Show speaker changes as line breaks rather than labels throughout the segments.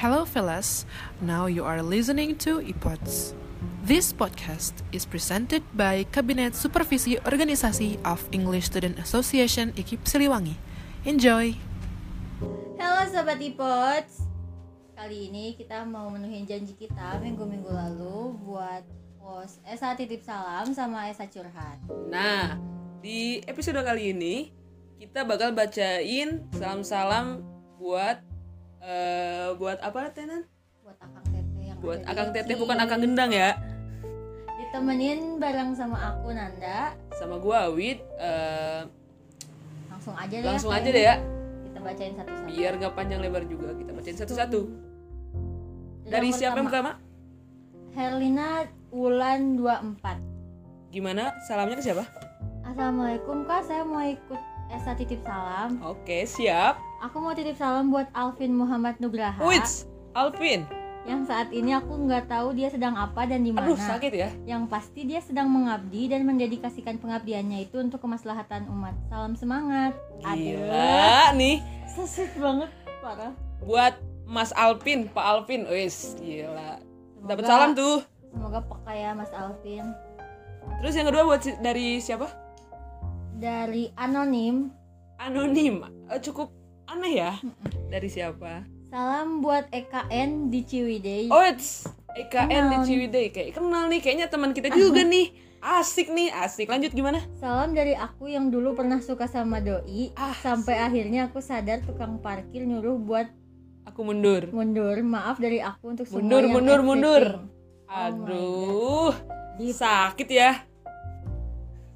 Hello, fellas. Now you are listening to iPods. This podcast is presented by Kabinet Supervisi Organisasi of English Student Association IKIP Siliwangi. Enjoy!
Halo Sobat Ipods Kali ini kita mau menuhin janji kita minggu-minggu lalu Buat post Esa Titip Salam sama Esa Curhat
Nah, di episode kali ini kita bakal bacain salam-salam buat eh buat apa tenan?
Buat Akang Teteh yang
Buat
ada di
Akang Teteh
Iki.
bukan Akang Gendang ya.
Ditemenin bareng sama aku Nanda
Sama gua Awid eh,
Langsung aja deh
langsung
ya,
aja deh ya. Iya.
Kita bacain satu-satu
Biar nggak panjang lebar juga kita bacain satu-satu.
Jadi
Dari siapa yang pertama?
Herlina Wulan 24
Gimana? Salamnya ke siapa?
Assalamualaikum kak, saya mau ikut Esa Titip Salam
Oke, siap.
Aku mau titip salam buat Alvin Muhammad Nugraha
Wits, Alvin.
Yang saat ini aku nggak tahu dia sedang apa dan di mana
Aduh, sakit ya.
Yang pasti dia sedang mengabdi dan mendedikasikan pengabdiannya itu untuk kemaslahatan umat. Salam semangat. Aduh,
Gila nih
sesit banget parah.
buat Mas Alvin, Pak Alvin. Wis, gila.
Semoga-
Dapat salam tuh.
Semoga peka ya Mas Alvin.
Terus yang kedua buat si- dari siapa?
Dari anonim,
Anonim. Eh, Cukup aneh ya. Dari siapa?
salam buat EKN di Ciwidey.
Oh, it's EKN di
Kenal.
Ciwidey. Kayak kenal nih, kayaknya teman kita juga nih. Asik nih, asik. Lanjut gimana?
Salam dari aku yang dulu pernah suka sama doi
Ah,
sampai akhirnya aku sadar tukang parkir nyuruh buat
Aku mundur.
mundur. Maaf dari aku untuk semua
Mundur,
yang
mundur,
everything.
mundur.
my Gitu.
Aduh,
Di
sakit ya.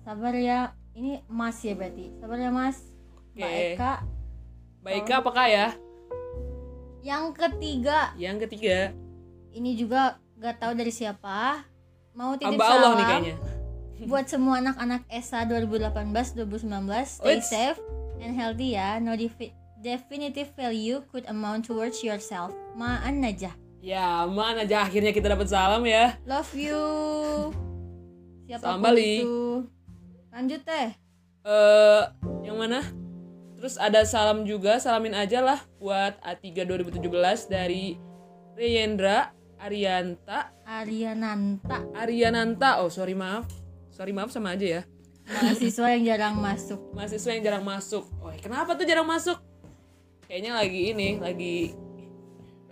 Sabar ya, ini Mas ya berarti. Sabar ya Mas. Mbak
Oke.
Eka.
Baiknya
Oh.
apakah ya?
Yang ketiga,
Yang ketiga,
ini juga gak tahu dari siapa. Mau titip
hamba Allah
salam
nih kayaknya.
buat semua anak-anak ESA 2018-2019. Stay
Wits.
safe and healthy ya. No defi- definitive value could amount towards yourself. Ma'an najah.
Ya, mana aja akhirnya kita dapat salam ya.
Love you. Siapa
Salam Bali.
itu? Lanjut teh.
Eh, yang mana? Terus ada salam juga, salamin aja lah buat A3 2017 dari Reyendra Arianta
Ariananta,
Ariananta. Oh, sorry maaf. Sorry maaf sama aja ya.
mahasiswa yang jarang masuk.
Mahasiswa yang jarang masuk. Oh, kenapa tuh jarang masuk? Kayaknya lagi ini, lagi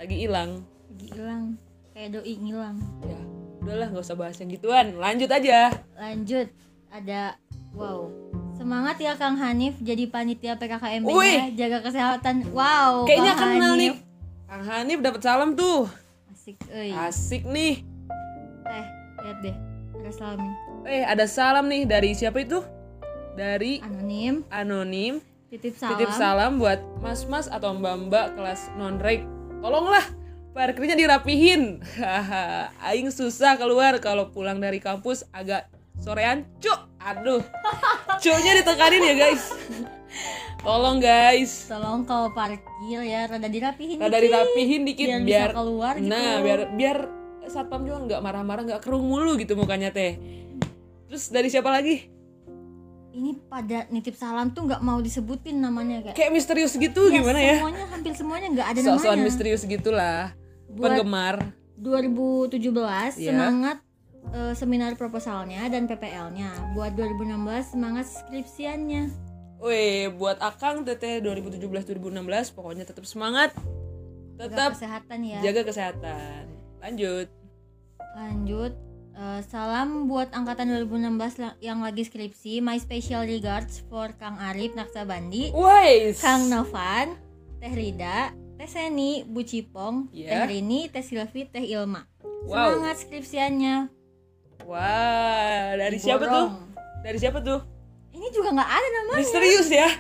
lagi hilang.
Gilang, kayak doi ngilang.
Ya, udahlah nggak usah bahas yang gituan. Lanjut aja.
Lanjut, ada wow. Semangat ya Kang Hanif jadi panitia PKKMB
Wih.
nya jaga kesehatan. Wow.
Kayaknya
Kang
kenal
Oh,
nih.
Hanif.
Kang Hanif dapat salam tuh.
Asik euy.
Asik nih.
Teh, lihat deh. Ada salam
Eh, ada salam nih dari siapa itu? Dari
anonim,
anonim
titip salam.
titip salam buat mas-mas atau mbak-mbak kelas non-reg tolonglah parkirnya dirapihin Haha, aing susah keluar kalau pulang dari kampus agak sorean cuk aduh cuknya ditekanin ya guys tolong guys
Tolong kalau parkir ya rada dirapihin
rada
dikit,
dirapihin
biar,
dikit
bisa
biar,
keluar gitu.
nah biar biar satpam juga nggak marah-marah nggak kerung mulu gitu mukanya teh terus dari siapa lagi
Ini pada nitip salam tuh nggak mau disebutin namanya kayak.
kayak misterius gitu
Ya,
gimana ya
Semuanya hampir semuanya nggak ada
soal
namanya.
misterius gitulah
Buat
penggemar
2017
Iya.
semangat eh, seminar proposalnya dan PPL-nya. Buat 2016 semangat skripsiannya.
Weh, buat Akang Teteh 2017-2016 pokoknya tetap semangat,
Jaga
tetap
kesehatan ya.
jaga kesehatan. Lanjut.
Lanjut eh, salam buat angkatan 2016 la- yang lagi skripsi. My special regards for Kang Arif Naksabandi,
Wais.
Kang Novan, Teh Rida, Teh Seni, Bu Cipong,
Iya.
Teh Rini, Teh Silvi, Teh Ilma.
Wow.
Semangat skripsiannya.
Wah, dari siapa tuh?
Diborong.
Dari siapa tuh?
Ini juga nggak ada namanya.
Misterius ya.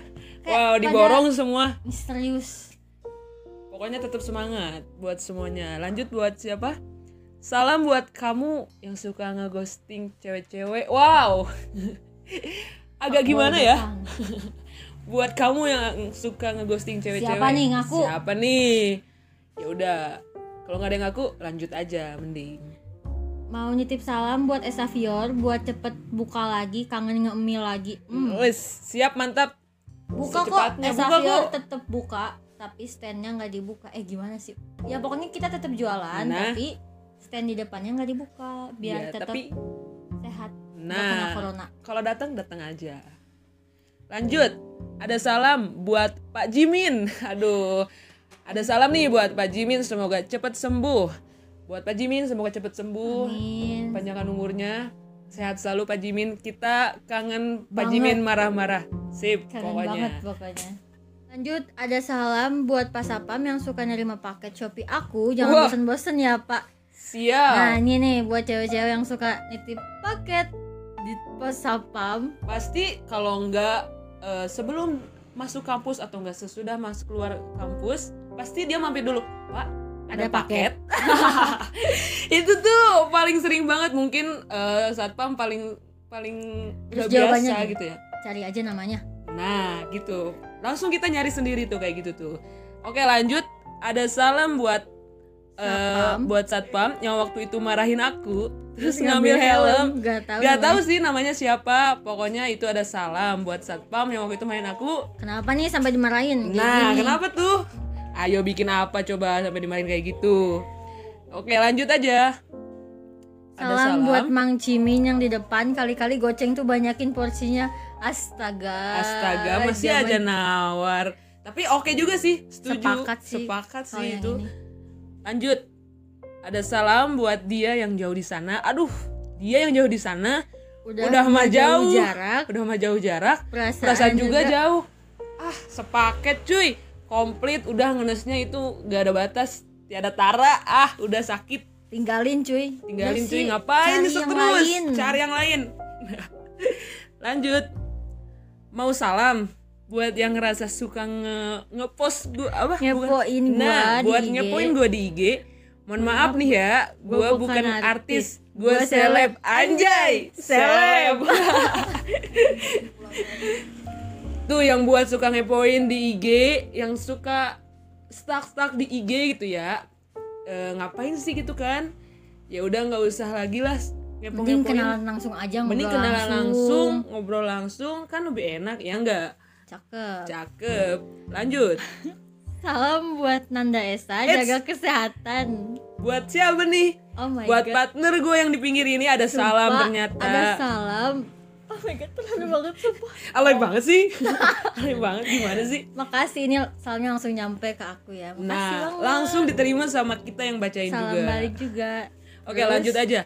Kayak
wow,
pada-
diborong semua.
Misterius.
Pokoknya tetap semangat buat semuanya. Lanjut buat siapa? Salam buat kamu yang suka ngeghosting cewek-cewek. Wow. Agak gimana ya? buat kamu yang suka ngeghosting cewek-cewek
Siapa nih ngaku?
siapa nih ya udah kalau nggak ada yang ngaku lanjut aja mending
Mau nitip salam buat Esavior buat cepet buka lagi, kangen ngemil lagi. Hmm,
Wes, siap mantap
Buka kok
Secepatnya buka
Esavior
kok.
tetep buka, tapi standnya nggak dibuka eh gimana sih ya pokoknya kita tetap jualan
Nah.
tapi stand di depannya nggak dibuka biar
Ya,
tetap
tapi
sehat nggak kena
nah
corona
kalau datang datang aja lanjut ada salam buat Pak Jimin aduh ada salam nih buat Pak Jimin semoga cepat sembuh buat Pak Jimin semoga cepat sembuh
Amin.
panjangkan umurnya sehat selalu Pak Jimin kita kangen Pak
Banget.
Jimin marah-marah sip
Keren
pokoknya
banget pokoknya. Lanjut, ada salam buat Pak Sapam yang suka nerima paket Shopee aku. Jangan
Wah. Iya.
bosen-bosen ya, Pak. Nah,
siap
ini nih buat cewek-cewek yang suka nitip paket di pos Sapam.
pasti kalau enggak eh, sebelum masuk kampus atau enggak sesudah masuk keluar kampus pasti dia mampir dulu pak
Ada
ada, paket, itu tuh paling sering banget mungkin eh, satpam paling paling udah
Terus
biasa
jawabannya nih?
gitu ya
Cari aja namanya.
nah gitu langsung kita nyari sendiri tuh kayak gitu tuh oke lanjut ada salam buat eh,
Satpam.
buat satpam yang waktu itu marahin aku terus ngambil helm
Gak tahu.
Gak tahu
namanya.
sih namanya siapa, pokoknya itu ada salam buat satpam yang waktu itu main aku.
Kenapa nih sampai dimarahin? Kayak
Nah,
gini.
kenapa tuh? Ayo bikin apa coba sampai dimain kayak gitu. Oke, lanjut aja.
Salam, buat Mang Cimin yang di depan kali-kali goceng tuh banyakin porsinya. Astaga.
Astaga, masih
Eh, Zaman
aja nawar. Tapi oke juga sih, setuju.
Sepakat sih.
Sepakat sih
kalau yang
itu.
ini.
Lanjut. Ada salam buat dia yang jauh di sana. Aduh, dia yang jauh di sana
Udah,
Udah mah jauh.
jarak.
udah mah jauh jarak.
Perasaan,
perasaan juga, jauh ah sepaket cuy komplit udah ngenesnya itu gak ada batas tiada tara ah udah sakit
tinggalin cuy
tinggalin
Udah
cuy
sih,
ngapain
cari
itu
yang
terus
lain.
cari yang lain lanjut mau salam buat yang ngerasa suka nge ngepost gua apa bukan-
Ngepoin gua
nah
di
buat
IG.
ngepoin gua di IG mohon maaf nih ya gua
bukan
bukan
artis.
artis gua
Gua
seleb
seleb.
anjay seleb tuh yang buat suka ngepoin di IG yang suka stuck-stuck di IG gitu ya Eh, ngapain sih gitu kan ya udah nggak usah lagi lah ngepoin
mending kenalan langsung aja ngobrol
mending kenalan langsung ngobrol langsung kan lebih enak ya enggak
cakep
cakep lanjut
salam buat Nanda Esa
Eits.
jaga kesehatan
buat siapa nih
oh my
buat
god
partner gue yang di pinggir ini ada
Sumpah,
salam ternyata
ada salam oh my god terlalu banget sumpah
alay banget sih alay banget gimana sih
makasih ini salamnya langsung nyampe ke aku ya makasih
nah
banget
langsung diterima sama kita yang bacain
salam
juga
balik juga
Oke
Terus,
lanjut aja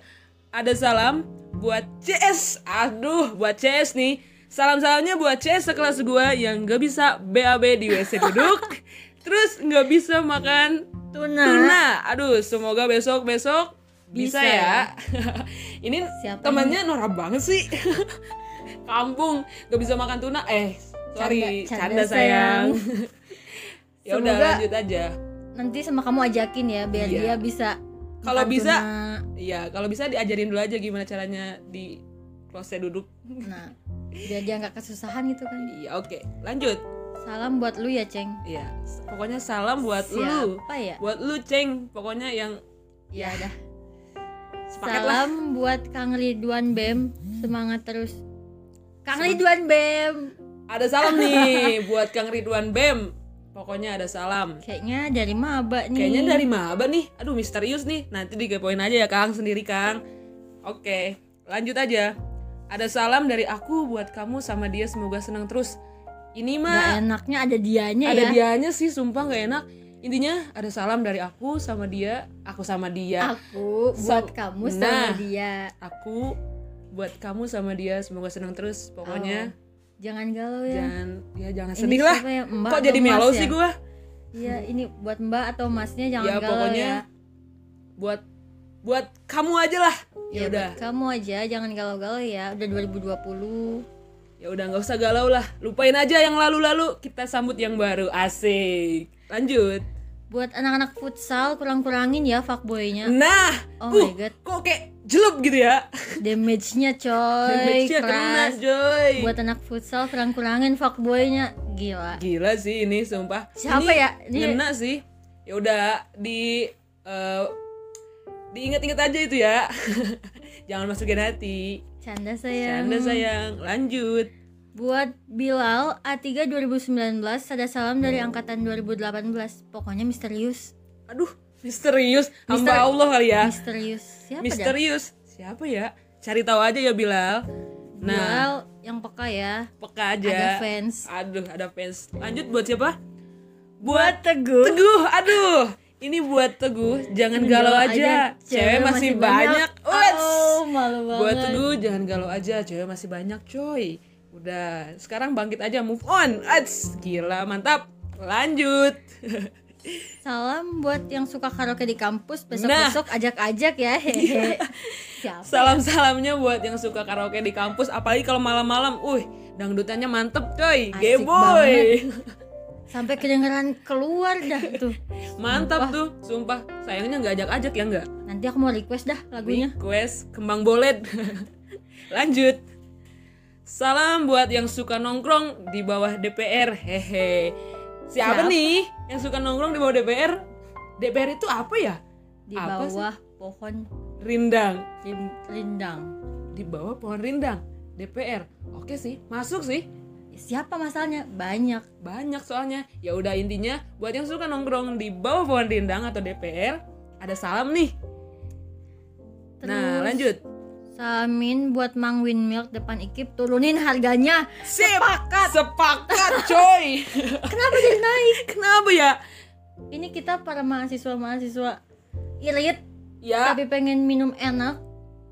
Ada salam buat CS Aduh buat CS nih Salam-salamnya buat CS sekelas gua yang gak bisa BAB di WC duduk Terus gak bisa makan
tuna,
tuna Aduh semoga besok-besok bisa,
Bisa
ya
ya.
Ini
Siapa
temannya norak banget sih Kampung gak bisa makan tuna Eh sorry
Canda- canda
canda, sayang, Ya udah
Semoga-
lanjut aja
nanti sama kamu ajakin ya biar
Iya.
dia bisa
Kalau
makan
bisa-
tuna.
Iya kalau bisa diajarin dulu aja gimana caranya di kloset duduk
nah biar dia nggak kesusahan gitu kan
Iya oke lanjut
salam buat lu ya ceng
Iya s- pokoknya salam buat lu
siapa ya
Buat lu Ceng pokoknya yang
ya dah
sepaket lah
salam buat Kang Ridwan Bem semangat terus Kang Ridwan Bem
Ada salam nih buat Kang Ridwan Bem Pokoknya ada salam
kayaknya dari maba nih
Kayaknya dari Maba nih Aduh misterius nih Nanti digepoin aja ya Kang sendiri Kang Oke lanjut aja Ada salam dari aku buat kamu sama dia semoga senang terus Ini
Nggak
mah
enaknya ada dianya
ada
ya
dianya sih sumpah gak enak Intinya ada salam dari aku sama dia Aku sama
Ah.
dia
aku buat
So-
kamu
Nah.
sama dia
aku buat kamu sama dia semoga senang terus pokoknya
jangan galau ya
jangan ya jangan
Oh, Ini
sedih lah
siapa ya? Mbak
kok
atau
jadi
Mas
mellow
ya?
sih gua
Iya, ini buat Mbak atau Masnya jangan
Hmm. ya
galau
pokoknya
ya.
buat buat kamu aja lah ya
Ya,
udah
buat kamu aja jangan galau-galau ya. Udah 2020.
ya udah nggak usah galau lah lupain aja yang lalu-lalu kita sambut yang baru asik lanjut
Buat anak-anak futsal kurang-kurangin ya fuckboy-nya.
nah
Oh
uh,
my god,
kok kayak jelup gitu ya
damage-nya coy.
Damage-nya kena
keras.
coy
Buat anak futsal kurang-kurangin fuckboy-nya. Gila.
gila sih ini sumpah
Siapa
Ini
ya? Ini-
ngena sih ya udah di eh, diingat-ingat aja itu ya jangan masukin hati
Canda sayang.
canda sayang lanjut
Buat Bilal A3 2019 ada salam dari
Hmm.
angkatan 2018. Pokoknya misterius.
Aduh, misterius. Hamba
Mister-
Allah kali ya.
Misterius. Siapa dah?
Misterius. Siapa ya? Cari tahu aja ya Bilal. Nah,
Bilal yang peka ya.
peka aja.
Ada fans.
Aduh, ada fans. Lanjut buat siapa? Buat
Teguh.
Teguh. Aduh, ini buat Teguh. Jangan galau aja. Cewek masih banyak. Wets.
Oh, malu banget.
Buat Teguh, jangan galau aja. Cewek masih banyak, coy. Udah, sekarang bangkit aja move on. Ats, gila, mantap. Lanjut.
Salam buat yang suka karaoke di kampus besok-besok
Nah.
ajak-ajak ya. Hehe. Siapa?
Salam-salamnya buat yang suka karaoke di kampus, apalagi kalau malam-malam. Uh, dangdutannya mantep, coy.
Asik
Geboy.
Sampai kedengeran keluar dah tuh.
Mantap tuh, sumpah. Sayangnya nggak ajak-ajak ya nggak?
Nanti aku mau request dah lagunya.
Request kembang bolet. Lanjut. Salam buat yang suka nongkrong di bawah DPR. Hehe.
Siapa?
Siapa, nih yang suka nongkrong di bawah DPR? DPR itu apa ya?
Di
Apa sih?
bawah pohon
Rindang.
rin- rindang.
Di bawah pohon rindang. DPR. Oke sih, masuk sih.
Ya, Siapa masalahnya? Banyak.
Banyak soalnya. Ya udah intinya buat yang suka nongkrong di bawah pohon rindang atau DPR, ada salam nih. Nah,
Terus,
lanjut.
Samin buat Mang Win Milk depan Ikip turunin harganya.
Sepakat. Sepakat, coy.
Kenapa jadi naik?
Kenapa ya?
Ini kita para mahasiswa-mahasiswa irit
Ya.
tapi pengen minum enak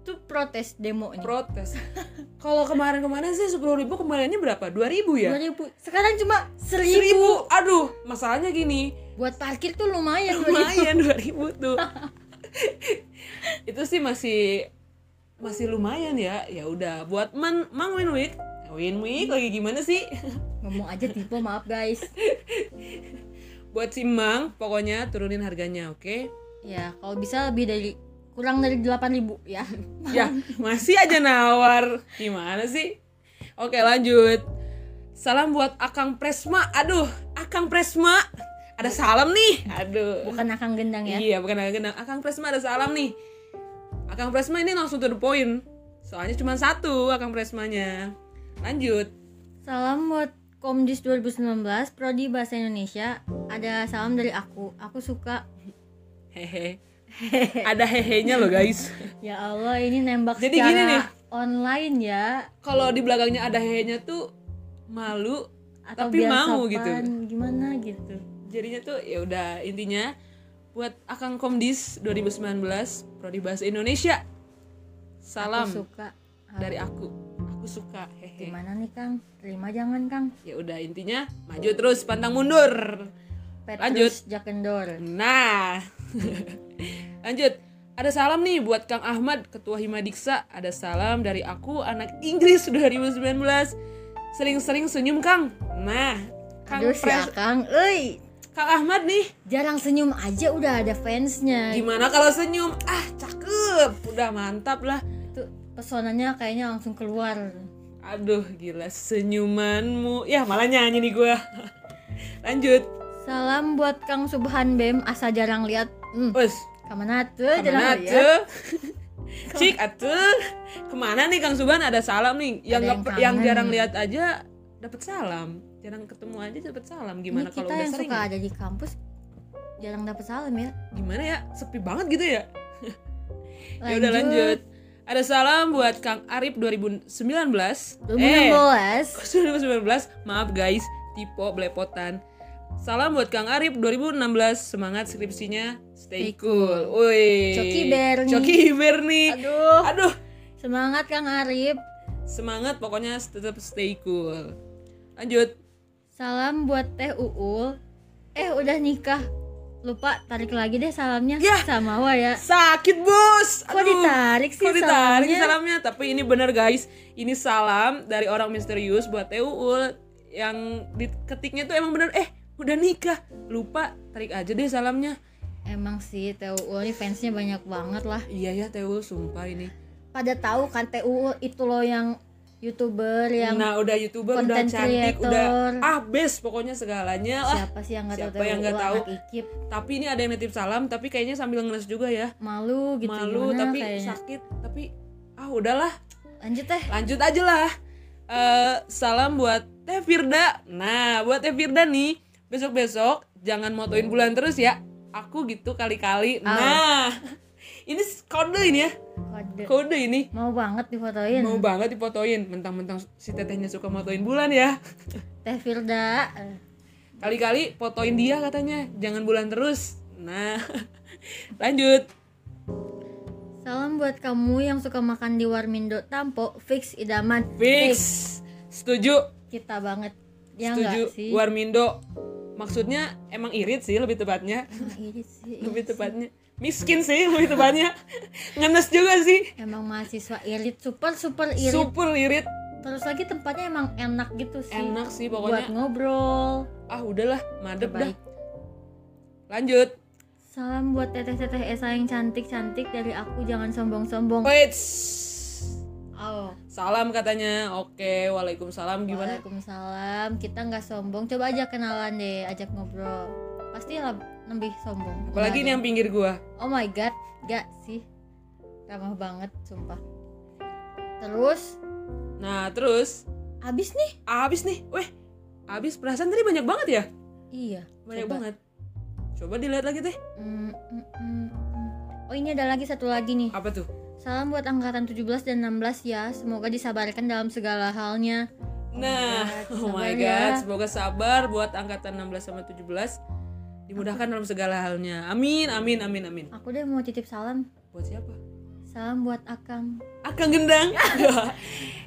tuh protes demo ini.
protes kalau kemarin-kemarin sih sepuluh ribu kemarinnya berapa dua ribu ya
2000. Sekarang cuma 1000.
seribu aduh masalahnya gini
Buat parkir tuh lumayan 2000.
lumayan dua ribu tuh itu sih masih masih lumayan ya ya udah buat man mang win week win week lagi gimana sih
Ngomong aja tipe maaf guys.
buat si mang pokoknya turunin harganya oke
Ya, kalau bisa lebih dari kurang dari 8000 ya.
ya masih aja nawar gimana sih oke lanjut salam buat akang presma aduh akang presma ada salam nih aduh
Bukan akang gendang ya.
Iya, bukan agak kenal. Akang Presma ada salam nih. Akang Presma ini langsung to the point. Soalnya cuma satu Akang Presmanya. Lanjut.
Salam buat Komdis 2019 Prodi Bahasa Indonesia. Ada salam dari aku. Aku suka.
Hehe. ada hehenya loh, guys.
Ya Allah, ini nembak
Jadi
secara
gini nih.
online ya
Kalau di belakangnya ada hehenya tuh malu
atau biar
tapi mau
sopan,
gitu.
Gimana gitu.
Jadinya tuh ya udah intinya buat Akang Komdis 2019 Prodi Bahasa Indonesia. Salam
Aku suka. Ah,
dari aku. Aku suka. Hehe.
Gimana nih, Kang? Terima jangan, Kang.
Ya udah intinya maju terus pantang mundur. Lanjut.
Petrus Jakendor.
Nah, lanjut. Ada salam nih buat Kang Ahmad, Ketua Himadiksa. Ada salam dari aku, anak Inggris 2019. Sering-sering senyum, Kang. Nah, Kang,
Aduh, si
Pres-
Akang, euy.
Kang Ahmad nih,
Jarang senyum aja udah ada fansnya.
gimana kalau senyum? Ah, cakep. Udah mantap lah.
Tuh, pesonanya kayaknya langsung keluar.
Aduh, gila senyumanmu. Ya, malah nyanyi nih gua. lanjut.
Salam buat Kang Subhan Bem, asa jarang lihat. Hmm,
Wes,
kamana tuh
kemana
jarang lihat.
tuh? Cik atuh. Kemana nih Kang Subhan ada salam nih. Yang
Ada yang
nggak- yang,
kangen.
jarang lihat aja dapat salam. Jarang ketemu aja dapat salam. Gimana
Ini
kalau
Iya, kita
udah
yang
sering?
suka
ya?
ada di kampus jarang dapat salam ya.
Gimana ya? Sepi banget gitu ya?
Lanjut.
Ya udah lanjut. Ada salam buat Kang Arif 2019.
2016.
Eh, 2019. Maaf guys, typo belepotan. Salam buat Kang Arif 2016 semangat skripsinya
Stay
stay cool. Woi.
Coki Berni.
Coki Berni.
Aduh,
Aduh,
semangat Kang Arif.
semangat pokoknya tetap stay cool lanjut
Salam buat Teh Uul. Eh, udah nikah. Lupa tarik lagi deh salamnya
Yah.
sama Wa ya.
sakit bos
Kok ditarik sih
kok ditarik
salamnya?
salamnya tapi ini bener guys ini salam dari orang misterius buat Teh Uul yang diketiknya tuh emang bener eh udah nikah lupa tarik aja deh salamnya
Emang sih Teh Uul ini fansnya banyak banget lah.
iya ya Teh Uul sumpah ini
Pada tahu kan Teh Uul itu loh yang YouTuber yang
nah udah youtuber udah
content
cantik
creator.
udah ah best pokoknya segalanya lah
siapa sih yang nggak tahu
ah, siapa yang nggak
Uul
tahu?
anak ikip
tapi ini ada yang nitip salam tapi kayaknya sambil ngeles juga ya
malu gitu
malu
gimana
tapi
kayaknya.
sakit tapi ah udahlah
lanjut teh
lanjut aja lah Eh, eh, salam buat Teh Firda. Nah, buat Teh Firda nih, besok-besok jangan motoin bulan terus ya. Aku gitu kali-kali.
Oh.
Nah, ini kode ini ya.
Kode.
Kode ini.
Mau banget difotoin.
Mau banget dipotoin, mentang-mentang si tetehnya suka motoin bulan ya.
Teh Firda. Eh,
Kali-kali fotoin dia katanya, jangan bulan terus. Nah, lanjut.
Salam buat kamu yang suka makan di Warmindo Tampo, fix idaman.
Fix.
Fix.
Setuju.
Kita banget. Ya
Setuju.
enggak sih?
Warmindo. Maksudnya emang irit sih lebih tepatnya.
Emang ini sih, iya
lebih
sih.
tepatnya. Miskin sih lebih tepatnya. Ngenes juga sih.
Emang mahasiswa irit, super super irit.
Super irit.
Terus lagi tempatnya emang enak gitu sih.
Enak sih
Buat
pokoknya.
ngobrol.
Ah udahlah, madep dah.
Baik.
Lanjut.
Salam buat teteh-teteh Esa yang cantik-cantik dari aku jangan sombong-sombong.
Wait.
Oh.
Salam katanya. Oke, waalaikumsalam gimana?
Waalaikumsalam. Kita nggak sombong. Coba aja kenalan deh, ajak ngobrol. Pasti lab- lebih sombong.
Apalagi ini
Enggak
yang pinggir gua.
deh. Oh my god, gak sih. Ramah banget, sumpah. Terus
Nah, terus
abis nih?
abis nih. Weh, abis perasaan tadi banyak banget ya?
Iya.
Banyak
coba.
banget. Coba dilihat lagi teh.
Mm, mm, mm, mm. Oh ini ada lagi satu lagi nih.
Apa tuh?
Salam buat angkatan 17 dan 16 ya. Semoga disabarkan dalam segala halnya.
Nah,
Oh
oh
my
my
God, sabar ya.
god, semoga sabar buat angkatan 16 sama 17 dimudahkan dalam segala halnya. Amin, amin, amin, amin.
Aku deh mau titip salam.
Buat siapa?
Salam buat Akang.
Akang Gendang.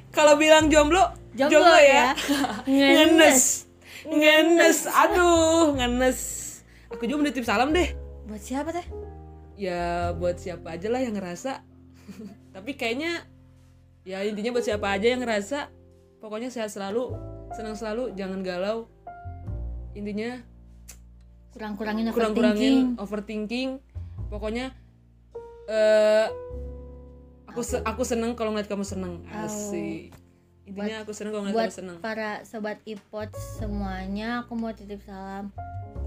Kalau bilang jomblo, jomblo, ya. ngenes. Ngenes. Aduh, ngenes. Aku juga menitip salam deh.
Buat siapa teh?
Ya buat siapa aja lah yang ngerasa. Tapi kayaknya ya intinya buat siapa aja yang ngerasa pokoknya sehat selalu, senang selalu, jangan galau. Intinya
Kurang-kurangin
kurang-kurangin
overthinking.
overthinking pokoknya eh aku se- aku seneng kalau ngeliat kamu seneng asik intinya aku seneng kalau ngeliat
Oh. buat
kamu seneng
para sobat ipod semuanya aku mau titip salam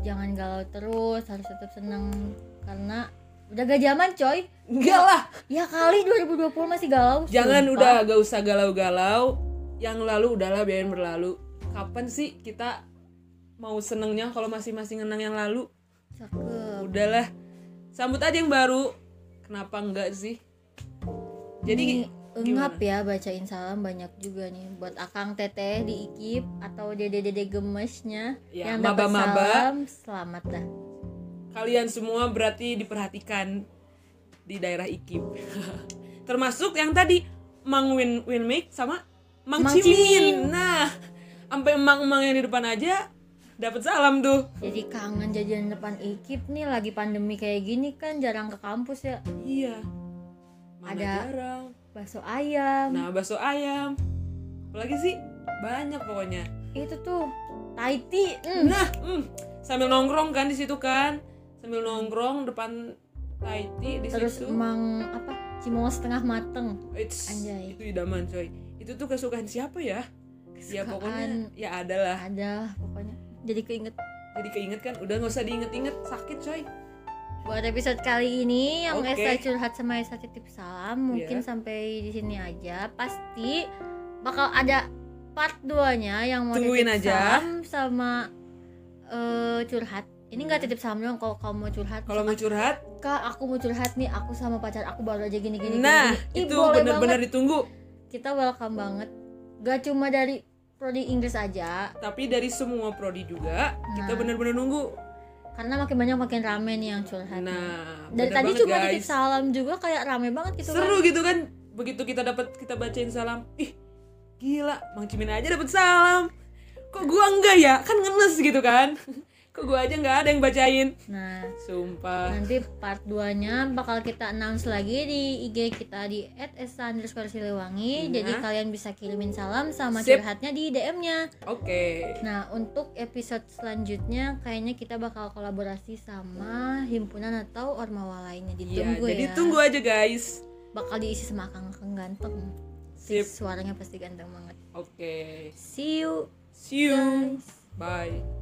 jangan galau terus harus tetap senang karena udah gak zaman coy
enggak lah
ya kali 2020 masih galau
jangan
sumpah.
udah gak usah galau-galau yang lalu udahlah biarin berlalu kapan sih kita mau senengnya kalau masing-masing ngenang yang lalu
cakep
udahlah sambut aja yang baru kenapa enggak sih jadi
Ini engap ya bacain salam banyak juga nih buat akang teteh di ikip atau dede-dede gemesnya
Ya,
yang dapat
maba-maba.
salam selamat dah
kalian semua berarti diperhatikan di daerah IKIP. Termasuk yang tadi Mang Win Winmake sama Mang,
Mang
Cimin.
Cimin.
Nah, sampai emang-emang yang di depan aja dapat salam tuh.
jadi kangen jajan depan ikip nih lagi pandemi kayak gini kan jarang ke kampus ya
Iya. Mana
Ada.
jarang.
bakso ayam
Nah, bakso ayam. Apalagi sih? Banyak pokoknya.
itu tuh Taiti mm.
Nah, mm, sambil nongkrong kan di situ kan. Sambil nongkrong depan Taiti di
terus
situ.
emang apa cimol setengah mateng
Eits,
Anjay.
itu idaman coy itu tuh kesukaan siapa ya ya
Kesukaan.
pokoknya ya adalah
ada pokoknya jadi keinget
jadi keinget kan udah nggak usah diinget-inget sakit coy
buat episode kali ini yang
Oke.
Esa curhat sama Esa titip salam mungkin
Iya.
sampai di sini aja pasti bakal ada part 2 nya yang mau
Tungguin
titip
aja.
salam sama eh, curhat ini nggak titip salam doang kalau kamu mau curhat
Iya. kalau mau curhat
kak aku mau curhat nih aku sama pacar aku baru aja gini gini
nah
gini. Ih,
itu
boleh
bener-bener ditunggu
banget. kita welcome banget gak cuma dari prodi Inggris aja
tapi dari semua prodi juga kita
Nah.
bener-bener nunggu
karena makin banyak makin rame nih yang curhat
nah
dari
bener
tadi
banget,
cuma titip
guys.
salam juga kayak rame banget gitu
seru
kan
gitu kan begitu kita dapat kita bacain salam ih gila mang cimin aja dapat salam kok gua enggak ya kan ngenes gitu kan kok gua aja nggak ada yang bacain
nah
sumpah
nanti part 2 nya bakal kita announce lagi di IG kita di @esa_siliwangi
Iya.
jadi kalian bisa kirimin salam sama
Sip.
curhatnya di DM nya
oke
nah untuk episode selanjutnya kayaknya kita bakal kolaborasi sama himpunan atau ormawa lainnya
Iya,
ditunggu
jadi
ya
tunggu aja guys.
bakal diisi sama akang-akang ganteng
Sip.
suaranya pasti ganteng banget
Oke.
see you
See you.
guys
Bye.